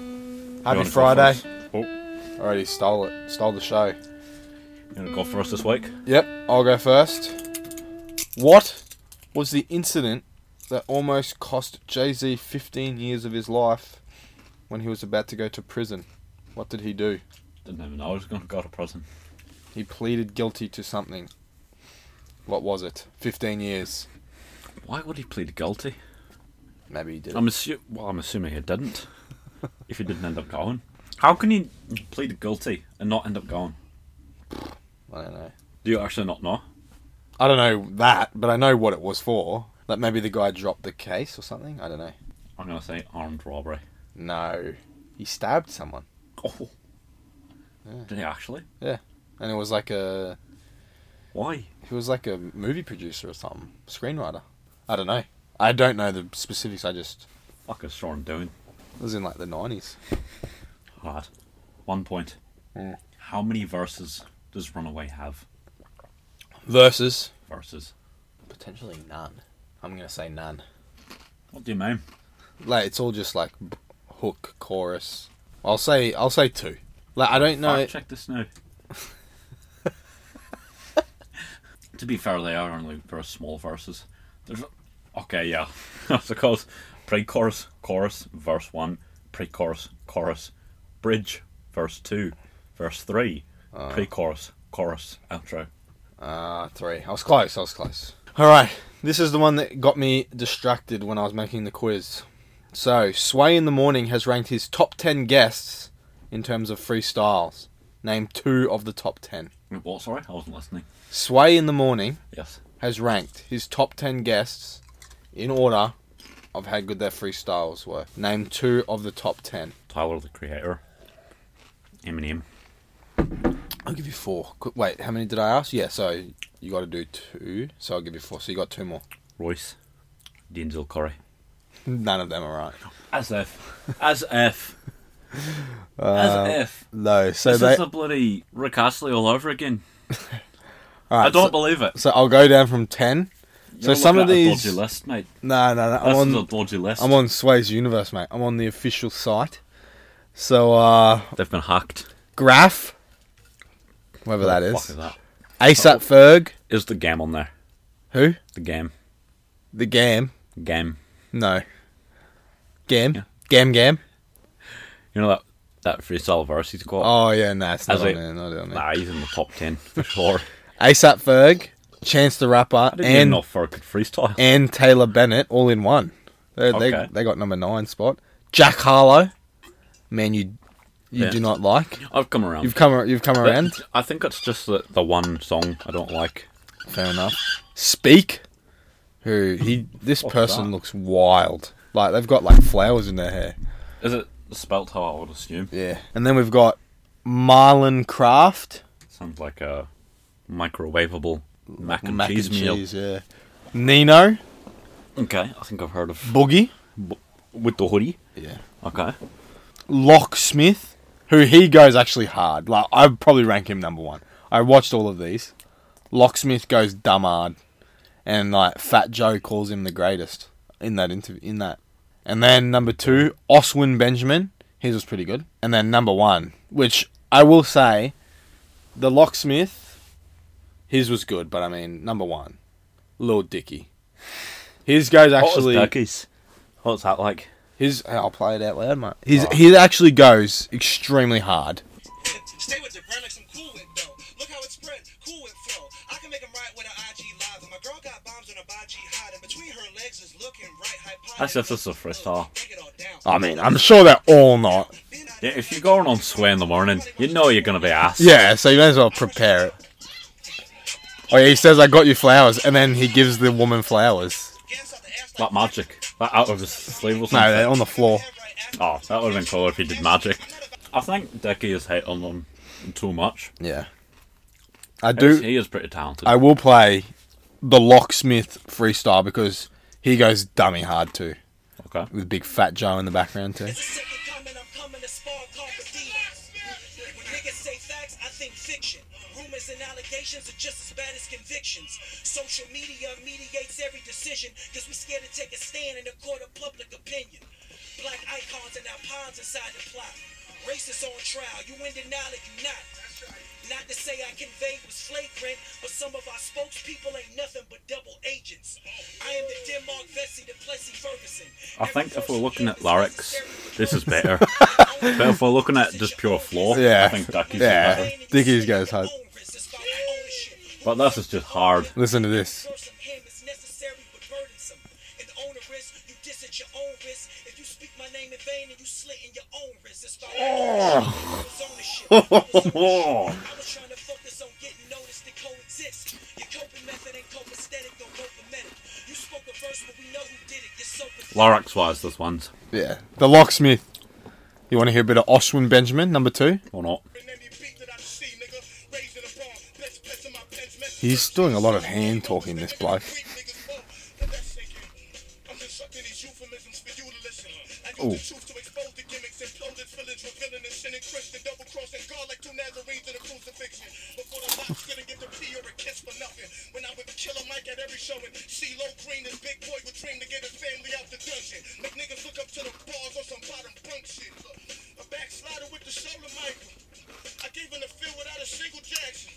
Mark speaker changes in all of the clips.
Speaker 1: Happy
Speaker 2: wanna go for
Speaker 1: Friday.
Speaker 2: us? Oh,
Speaker 1: Already stole it. Stole the show.
Speaker 2: you want to go for us this week?
Speaker 1: Yep, I'll go first. What was the incident that almost cost Jay Z 15 years of his life when he was about to go to prison? What did he do?
Speaker 2: Didn't even know I was going to go to prison.
Speaker 1: He pleaded guilty to something. What was it? 15 years.
Speaker 2: Why would he plead guilty?
Speaker 1: Maybe he did.
Speaker 2: I'm assu- well, I'm assuming he didn't. if he didn't end up going, how can you plead guilty and not end up going?
Speaker 1: I don't know.
Speaker 2: Do you actually not know?
Speaker 1: I don't know that, but I know what it was for. Like maybe the guy dropped the case or something. I don't know.
Speaker 2: I'm going to say armed robbery.
Speaker 1: No. He stabbed someone.
Speaker 2: Oh, did he actually?
Speaker 1: And it was like a
Speaker 2: Why?
Speaker 1: He was like a movie producer or something, screenwriter. I don't know. I don't know the specifics. I just
Speaker 2: Fuck is Sean doing?
Speaker 1: it was in like the nineties.
Speaker 2: Hard. One point.
Speaker 1: Mm.
Speaker 2: How many verses does Runaway have?
Speaker 1: Versus
Speaker 2: Verses.
Speaker 1: potentially none. I'm gonna say none.
Speaker 2: What do you mean?
Speaker 1: Like it's all just like b- hook, chorus. I'll say I'll say two. Like I don't know.
Speaker 2: Fact check this now. to be fair, they are only very small verses. There's, okay, yeah, I suppose pre-chorus, chorus, verse one, pre-chorus, chorus, bridge, verse two, verse three, pre-chorus, chorus, outro.
Speaker 1: Ah, three. I was close. I was close. All right. This is the one that got me distracted when I was making the quiz. So, Sway in the Morning has ranked his top 10 guests in terms of freestyles. Name two of the top 10.
Speaker 2: Wait, What? Sorry, I wasn't listening.
Speaker 1: Sway in the Morning
Speaker 2: Yes.
Speaker 1: has ranked his top 10 guests in order of how good their freestyles were. Name two of the top 10.
Speaker 2: Tyler the Creator, Eminem.
Speaker 1: I'll give you four. Qu- Wait, how many did I ask? Yeah, so you got to do two. So I'll give you four. So you got two more.
Speaker 2: Royce, Denzel Curry.
Speaker 1: None of them are right.
Speaker 2: As if, as if, as if.
Speaker 1: No, so
Speaker 2: This
Speaker 1: they.
Speaker 2: is a bloody Rick Astley all over again.
Speaker 1: Alright,
Speaker 2: I don't
Speaker 1: So,
Speaker 2: believe it.
Speaker 1: so I'll go down from ten.
Speaker 2: You're
Speaker 1: some of
Speaker 2: looking at
Speaker 1: these-
Speaker 2: a dodgy list, mate.
Speaker 1: No, no, no. I'm
Speaker 2: This
Speaker 1: on.
Speaker 2: is a dodgy list.
Speaker 1: I'm on Sway's universe, mate. I'm on the official site. So, uh,
Speaker 2: They've been hacked.
Speaker 1: Graph, whoever that
Speaker 2: Fuck
Speaker 1: is,
Speaker 2: is that?
Speaker 1: ASAP Ferg,
Speaker 2: Is the game on there?
Speaker 1: who?
Speaker 2: The game,
Speaker 1: The Gam.
Speaker 2: game.
Speaker 1: No. Gam.
Speaker 2: Yeah.
Speaker 1: Gam Gam.
Speaker 2: You know that that freestyle verse he's got.
Speaker 1: Oh yeah, no, it's not
Speaker 2: As
Speaker 1: on
Speaker 2: it-
Speaker 1: there. Not on there.
Speaker 2: Nah, he's in the top ten for sure.
Speaker 1: ASAP Ferg, Chance the Rapper,
Speaker 2: I didn't even
Speaker 1: and
Speaker 2: know Ferg could freestyle.
Speaker 1: and Taylor Bennett all in one. They they,
Speaker 2: Okay.
Speaker 1: they got number nine spot. Jack Harlow, man, you you
Speaker 2: Yeah.
Speaker 1: do not like.
Speaker 2: I've come around.
Speaker 1: You've come you've come around.
Speaker 2: I think it's just the, the one song I don't like.
Speaker 1: Fair enough. Speak. Who he? This
Speaker 2: What's
Speaker 1: person
Speaker 2: that?
Speaker 1: looks wild. Like they've got like flowers in their hair.
Speaker 2: Is it spelt how I would assume?
Speaker 1: Yeah. And then we've got Marlon Craft.
Speaker 2: Sounds like a microwavable mac and
Speaker 1: Mac
Speaker 2: cheese
Speaker 1: and
Speaker 2: meal.
Speaker 1: cheese, yeah. Nino
Speaker 2: Okay, I think I've heard of
Speaker 1: Boogie.
Speaker 2: with the hoodie.
Speaker 1: Yeah.
Speaker 2: Okay.
Speaker 1: Locksmith, who he goes actually hard. Like I'd probably rank him number one. I watched all of these. Locksmith goes dumb hard, and like Fat Joe calls him the greatest in that interview. In that, and then number two, Oswin Benjamin. His was pretty good. And then number one, which I will say, the Locksmith, his was good, but I mean number one, Lil Dicky. His goes actually.
Speaker 2: what was Dickie's? What's that like?
Speaker 1: His I'll play it out loud, mate. His he actually goes extremely hard.
Speaker 3: Stay with it, burn like some cool whip though. Look how it spreads, cool whip flow. I can make 'em right with an IG live. And my girl got bombs on a body hot, and between her legs is looking right hypothesis.
Speaker 2: That's just- that's the first half.
Speaker 3: Break it all down.
Speaker 1: I mean, I'm sure they're all not.
Speaker 3: Then I-
Speaker 2: Yeah, if you're going on sway in the morning, you know you're gonna be ass.
Speaker 1: Yeah, so you may as well prepare it. Oh yeah, he says I got you flowers, and then he gives the woman flowers.
Speaker 3: Gas out the ass like
Speaker 2: That magic, that out of his sleeve or
Speaker 1: No,
Speaker 2: something.
Speaker 1: they're on the floor.
Speaker 3: that right after.
Speaker 2: Oh, that would have been cooler if he did magic. I think Dickie is hate on them too much.
Speaker 1: Yeah, I
Speaker 2: Yes,
Speaker 1: do.
Speaker 2: He is pretty talented.
Speaker 1: I will play the locksmith freestyle because he goes dummy hard too,
Speaker 2: okay.
Speaker 1: with big fat Joe in the background too.
Speaker 3: It's a sick gun and I'm coming to spark competition. When niggas say facts, I think fiction. Rumors and allegations are just as bad as convictions. Social media mediates every decision because we scared to take a stand in the court of public opinion. Black icons and alpines inside the plot. Racists on trial, you in denial if you not. Not to say I conveyed was flagrant, but some of our spokespeople ain't nothing but double agents. I am the Denmark Vesey, the Plessy Ferguson.
Speaker 2: I think if we're looking at lyrics, this is better. but if we're looking at just pure flaw,
Speaker 1: Yeah.
Speaker 2: I think Ducky's
Speaker 1: Yeah.
Speaker 2: is better.
Speaker 1: Dickies goes hard.
Speaker 2: But this is just hard.
Speaker 1: Listen to this.
Speaker 3: Verse of him is necessary but burdensome. And onerous, you diss at your own risk. If you speak my name in vain and you slit in your own wrist, it's about ownership. It's ownership. I was trying to focus on getting noticed and coexist. Your coping method ain't copacetic or copametic. You spoke a verse, but we know who did it. You're so pathetic.
Speaker 2: Lyrics wise, this one's
Speaker 1: Yeah. The locksmith. You want to hear a bit of Oswin Benjamin, number two?
Speaker 2: or not.
Speaker 1: He's doing a lot of hand talking, this bloke.
Speaker 3: Oh.
Speaker 4: I gave him the field without a single Jackson.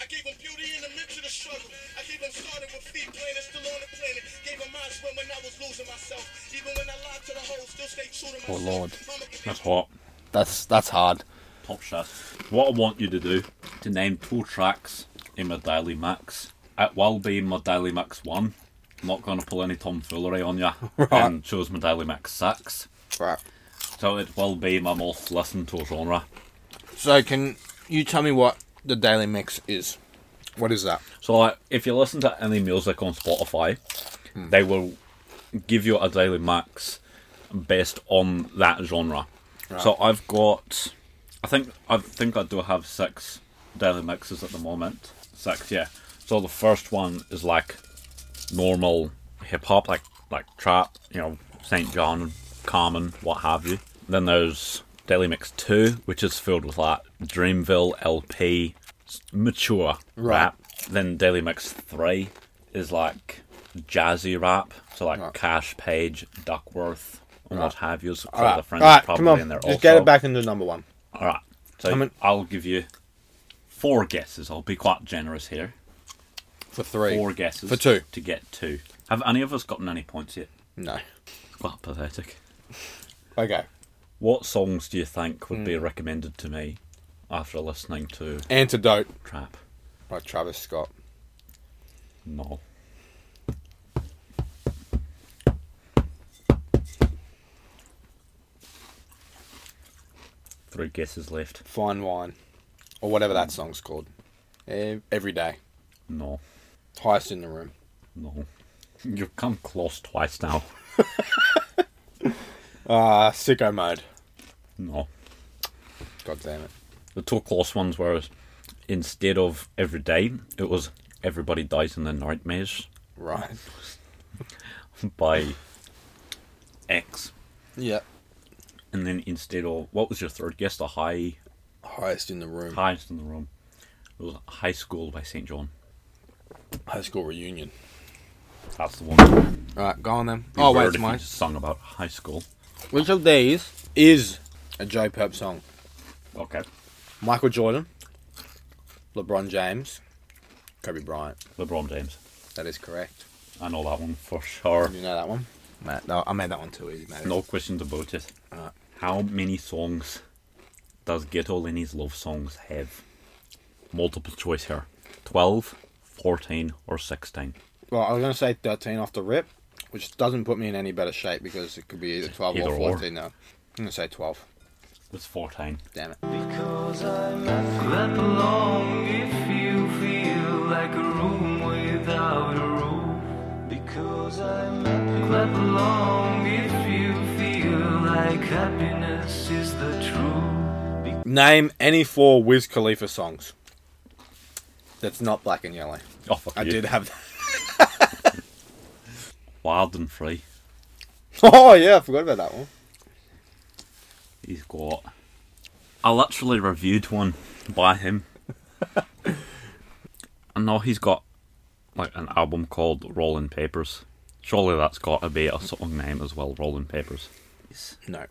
Speaker 4: I gave him beauty in the midst of the struggle. I gave him started with feet playing and still on the planet. Gave him my swim when I was losing myself. Even when I lied to the whole, still stay true to myself.
Speaker 1: Lord.
Speaker 4: Mama gave me
Speaker 2: That's hot.
Speaker 1: That's that's hard.
Speaker 2: Top shit. What I want you to do to name two tracks in my daily mix. It will be my daily mix one. I'm not going to pull any tomfoolery on you. And choose my daily mix six.
Speaker 1: Right.
Speaker 2: So it will be my most listened to genre.
Speaker 1: So can you tell me what the Daily Mix is? What is that?
Speaker 2: So like, if you listen to any music on Spotify, they will give you a daily max based on that genre. So I've got, I think I think I do have six daily mixes at the moment. Six, yeah. So the first one is like normal hip hop, like like trap, you know, Saint John, Carmen, what have you. Then there's Daily Mix Two, which is filled with like Dreamville LP, s- mature rap. Then Daily Mix Three is like jazzy rap, so like Cash Page, Duckworth, and what have you. So the friends probably in there also.
Speaker 1: into number one.
Speaker 2: All right, so
Speaker 1: Come on.
Speaker 2: I'll give you four guesses. I'll be quite generous here
Speaker 1: For three.
Speaker 2: four guesses
Speaker 1: For two.
Speaker 2: to get two. Have any of us gotten any points yet?
Speaker 1: No.
Speaker 2: Quite pathetic.
Speaker 1: Okay.
Speaker 2: What songs do you think would
Speaker 1: Hmm.
Speaker 2: be recommended to me after listening to
Speaker 1: Antidote
Speaker 2: Trap?
Speaker 1: by Travis Scott.
Speaker 2: No. Three guesses left.
Speaker 1: Fine Wine. Or whatever that song's called. Ev- Every day.
Speaker 2: No.
Speaker 1: Highest in the room.
Speaker 2: No. You've come close twice now.
Speaker 1: Ah, sicko mode.
Speaker 2: No.
Speaker 1: God damn it.
Speaker 2: The two close ones were instead of every day, it was everybody dies in the nightmares.
Speaker 1: Right.
Speaker 2: by X.
Speaker 1: Yeah.
Speaker 2: And then instead of what was your third guess? The high
Speaker 1: Highest in the room.
Speaker 2: highest in the room. It was High School by St. John.
Speaker 1: High school reunion.
Speaker 2: That's the one.
Speaker 1: Right, go on then.
Speaker 2: You
Speaker 1: Oh wait,
Speaker 2: heard
Speaker 1: it's
Speaker 2: if
Speaker 1: mine.
Speaker 2: you Sung about high school.
Speaker 1: Which of these is a J Perp song?
Speaker 2: Okay.
Speaker 1: Michael Jordan, LeBron James, Kobe Bryant.
Speaker 2: LeBron James.
Speaker 1: That is correct.
Speaker 2: I know that one for sure.
Speaker 1: You know that one? Matt, no, I made that one too easy, mate.
Speaker 2: No questions about it.
Speaker 1: Alright.
Speaker 2: How many songs does Ghetto Lenny's Love Songs have? Multiple choice here 12, 14, or 16.
Speaker 1: Well, I was going to say 13 off the rip, which doesn't put me in any better shape because it could be either 12
Speaker 2: Either
Speaker 1: or
Speaker 2: or.
Speaker 1: 14 now. I'm going to say 12.
Speaker 2: It's 14.
Speaker 1: Damn it.
Speaker 5: Clap along if you feel like a room without a roof. Because I'm happy. Clap along if you feel like happiness is the truth.
Speaker 1: Name any four Wiz Khalifa songs that's not black and yellow.
Speaker 2: Oh, fuck
Speaker 1: I
Speaker 2: you.
Speaker 1: did have that.
Speaker 2: Wild and free.
Speaker 1: Oh, yeah, I forgot about that one.
Speaker 2: He's got. I literally reviewed one by him. and now he's got like an album called Rolling Papers. Surely that's got to be a song name as well, Rolling Papers. Yes.
Speaker 1: No,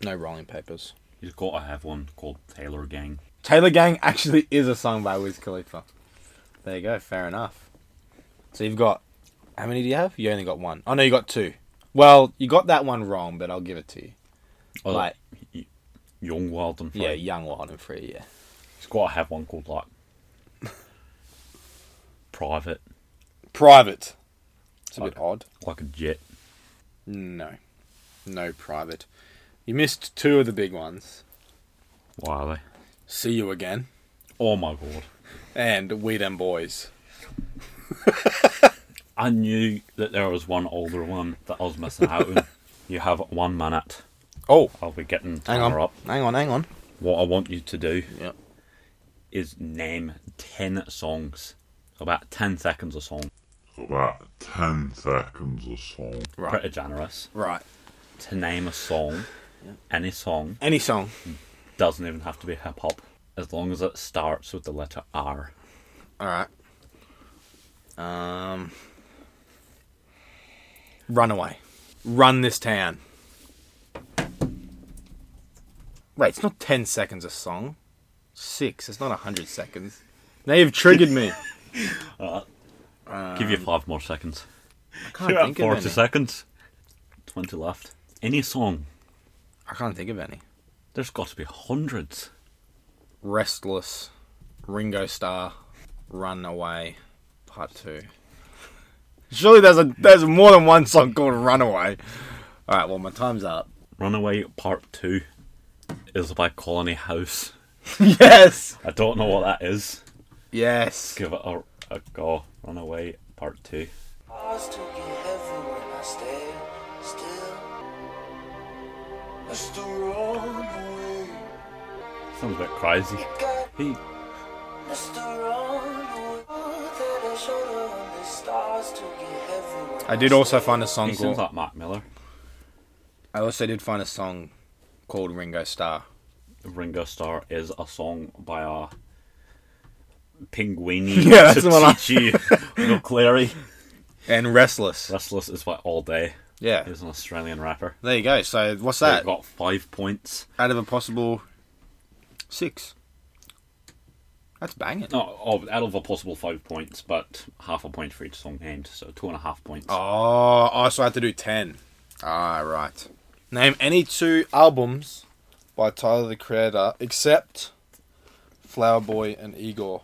Speaker 1: no rolling papers.
Speaker 2: He's got to have one called Taylor Gang.
Speaker 1: Taylor Gang actually is a song by Wiz Khalifa. There you go. Fair enough. So you've got how many do you have? You only got one. Oh no, you got two. Well, you got that one wrong, but I'll give it to you.
Speaker 2: Oh,
Speaker 1: Like-
Speaker 2: y- Young Wild and Free.
Speaker 1: Yeah, Young Wild and Free. Yeah.
Speaker 2: He's got to have one called like Private,
Speaker 1: Private. It's a bit
Speaker 2: Okay.
Speaker 1: odd.
Speaker 2: like a jet.
Speaker 1: No, no private. You missed two of the big ones.
Speaker 2: Why are they?
Speaker 1: See you again,
Speaker 2: Oh my god!
Speaker 1: and We Them Boys.
Speaker 2: I knew that there was one older one that I was missing out on. You have one minute.
Speaker 1: Oh,
Speaker 2: I'll be getting
Speaker 1: hang
Speaker 2: Tanner
Speaker 1: on,
Speaker 2: up.
Speaker 1: hang on, hang on.
Speaker 2: What I want you to do
Speaker 1: Yep.
Speaker 2: is name ten songs, about ten seconds a song.
Speaker 6: about 10 seconds or so.
Speaker 1: Right,
Speaker 2: Pretty generous.
Speaker 1: right.
Speaker 2: To name a song, any song
Speaker 1: Any song.
Speaker 2: doesn't even have to be hip hop, as long as it starts with the letter R.
Speaker 1: All right. Um. Runaway. Run this town. Wait, it's not ten seconds a song. Six. It's not hundred seconds. Now you've triggered me.
Speaker 2: Give you five more seconds.
Speaker 1: I can't
Speaker 2: You're at
Speaker 1: think Um, of
Speaker 2: 40
Speaker 1: any.
Speaker 2: seconds. 20 left. Any song.
Speaker 1: I can't think of any.
Speaker 2: There's got to be hundreds.
Speaker 1: Restless, Ringo Starr, Run Away, Part Two. Surely there's a there's more than one song called Runaway. All right, well my time's up.
Speaker 2: Runaway Part 2 is by Colony House.
Speaker 1: yes,
Speaker 2: I don't know what that is.
Speaker 1: yes.
Speaker 2: Give it a, a go. Runaway Part 2.
Speaker 7: Hearts to be heavy when I stay still. It's the wrong way.
Speaker 2: Sounds a bit crazy.
Speaker 7: God,
Speaker 2: He,
Speaker 7: it's the wrong way. Oh, that I should've understood. to be heavy when
Speaker 1: I did also
Speaker 7: stay
Speaker 1: find a
Speaker 2: he
Speaker 1: song
Speaker 2: sounds
Speaker 1: called.
Speaker 2: like Mac Miller.
Speaker 1: I also did find a song called Ringo Starr.
Speaker 2: Ringo Starr is a song by a Pinguini.
Speaker 1: Yeah, that's the one I-
Speaker 2: Tsitsi Lil Clary.
Speaker 1: And Restless.
Speaker 2: Restless is by All Day.
Speaker 1: Yeah.
Speaker 2: He's an Australian rapper.
Speaker 1: There you go. So what's
Speaker 2: They've
Speaker 1: that?
Speaker 2: got five points.
Speaker 1: Out of a possible six. That's banging.
Speaker 2: No, oh, out of a possible five points, but half a point for each song named, so two and a half points.
Speaker 1: Oh, oh, so I have to do 10. Ah, right. Name any two albums by Tyler the Creator except Flower Boy and Igor.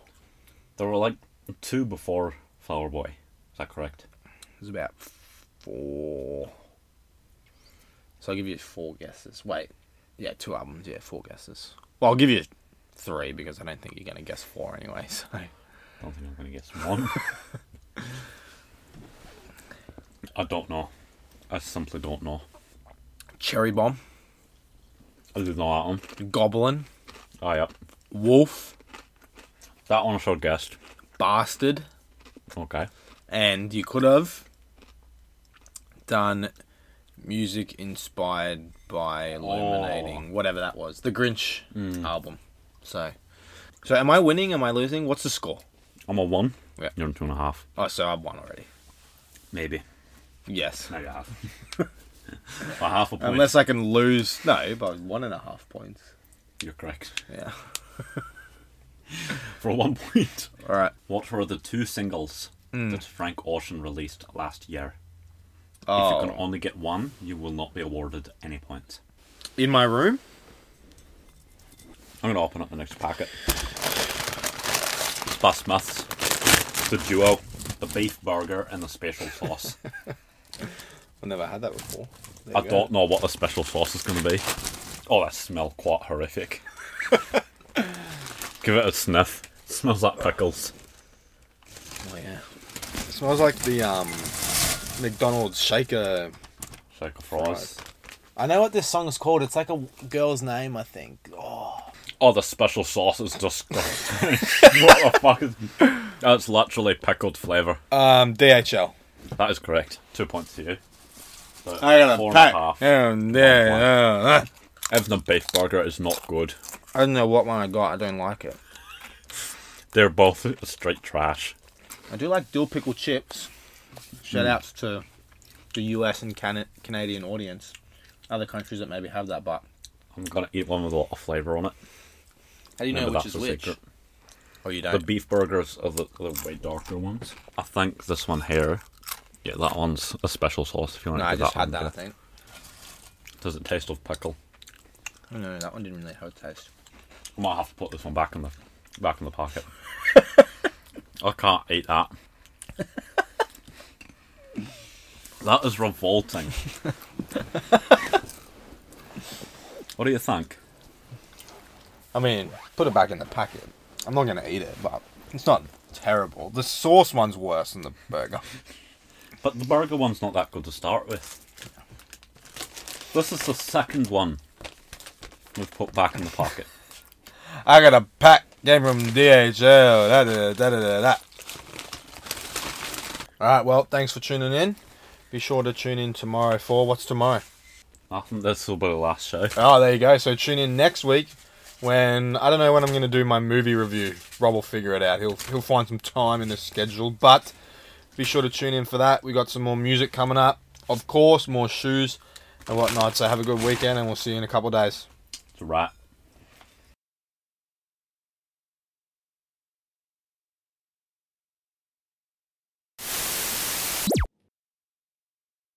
Speaker 2: There were like two before Flower Boy. Is that correct?
Speaker 1: There's about four. So I'll give you four guesses. Wait. Yeah, two albums. Yeah, four guesses. Well, I'll give you three because I don't think you're going to guess four anyway. So
Speaker 2: I don't think I'm going to guess one. I don't know. I simply don't know.
Speaker 1: Cherry Bomb,
Speaker 2: I did know that one.
Speaker 1: Goblin,
Speaker 2: Oh, yeah.
Speaker 1: Wolf,
Speaker 2: That one I should have guessed.
Speaker 1: Bastard,
Speaker 2: Okay.
Speaker 1: and you could have done music inspired by illuminating whatever that was the grinch album so so am i winning am i losing what's the score
Speaker 2: I'm on one.
Speaker 1: Yeah.
Speaker 2: You're on two and a half.
Speaker 1: oh so i've won already
Speaker 2: Maybe.
Speaker 1: yes
Speaker 2: Maybe half. By half a point.
Speaker 1: unless i can lose no by one and a half points
Speaker 2: You're correct.
Speaker 1: yeah
Speaker 2: For one point.
Speaker 1: all right
Speaker 2: What were the two singles
Speaker 1: Hmm.
Speaker 2: that Frank Ocean released last year? If you can
Speaker 1: oh
Speaker 2: only get one, you will not be awarded any points.
Speaker 1: in my room
Speaker 2: I'm going to open up the next packet. Spa Smiths, the duo, the beef burger and the special sauce.
Speaker 1: i've never had that before There
Speaker 2: I
Speaker 1: you go.
Speaker 2: don't know what the special sauce is going to be. Oh, that smell quite horrific. Give it a sniff. smells like pickles.
Speaker 1: oh yeah it smells like the um mcdonald's shaker
Speaker 2: Shake of fries.
Speaker 1: i know what this song is called it's like a girl's name i think oh
Speaker 2: Oh, the special sauce is disgusting. what the fuck is? That's literally pickled flavour.
Speaker 1: um dhl
Speaker 2: That is correct. Two points to you. So
Speaker 1: I got a
Speaker 2: four and
Speaker 1: pack.
Speaker 2: half.
Speaker 1: Um, there,
Speaker 2: One.
Speaker 1: uh, uh.
Speaker 2: Evan the beef burger is not good.
Speaker 1: I don't know what one I got. I don't like it.
Speaker 2: They're both straight trash.
Speaker 1: I do like dill pickle
Speaker 2: Mm.
Speaker 1: chips. Shout outs to the US and Can- Canadian audience. other countries that maybe have that, but
Speaker 2: I'm gonna eat one with a lot of flavour on it.
Speaker 1: how do you know
Speaker 2: Maybe
Speaker 1: which is
Speaker 2: that's the
Speaker 1: which?
Speaker 2: secret.
Speaker 1: Oh, you
Speaker 2: The
Speaker 1: don't.
Speaker 2: beef burgers are the, the way darker ones. I think this one here. Yeah, that one's a special sauce. If you want
Speaker 1: no,
Speaker 2: to
Speaker 1: I
Speaker 2: give
Speaker 1: just
Speaker 2: that
Speaker 1: had
Speaker 2: one
Speaker 1: that.
Speaker 2: a
Speaker 1: I
Speaker 2: go.
Speaker 1: think.
Speaker 2: Does it taste of pickle?
Speaker 1: Oh, no, that one didn't really have a taste.
Speaker 2: I might have to put this one back in the back in the pocket. I can't eat that. that is revolting. what do you think?
Speaker 1: I mean, put it back in the packet. I'm not gonna eat it, but it's not terrible. The sauce one's worse than the burger.
Speaker 2: But the burger one's not that good to start with. This is the second one we've put back in the pocket.
Speaker 1: I got a pack came from DHL. Da, da, da, da, da, da. All right, well, thanks for tuning in. Be sure to tune in tomorrow for what's tomorrow.
Speaker 2: I think this will be the last show.
Speaker 1: Oh, there you go. So tune in next week when I don't know when I'm going to do my movie review. Rob will figure it out. He'll he'll find some time in the schedule, but be sure to tune in for that. We got some more music coming up, of course, more shoes and whatnot. So have a good weekend, and we'll see you in a couple of days.
Speaker 2: It's a wrap.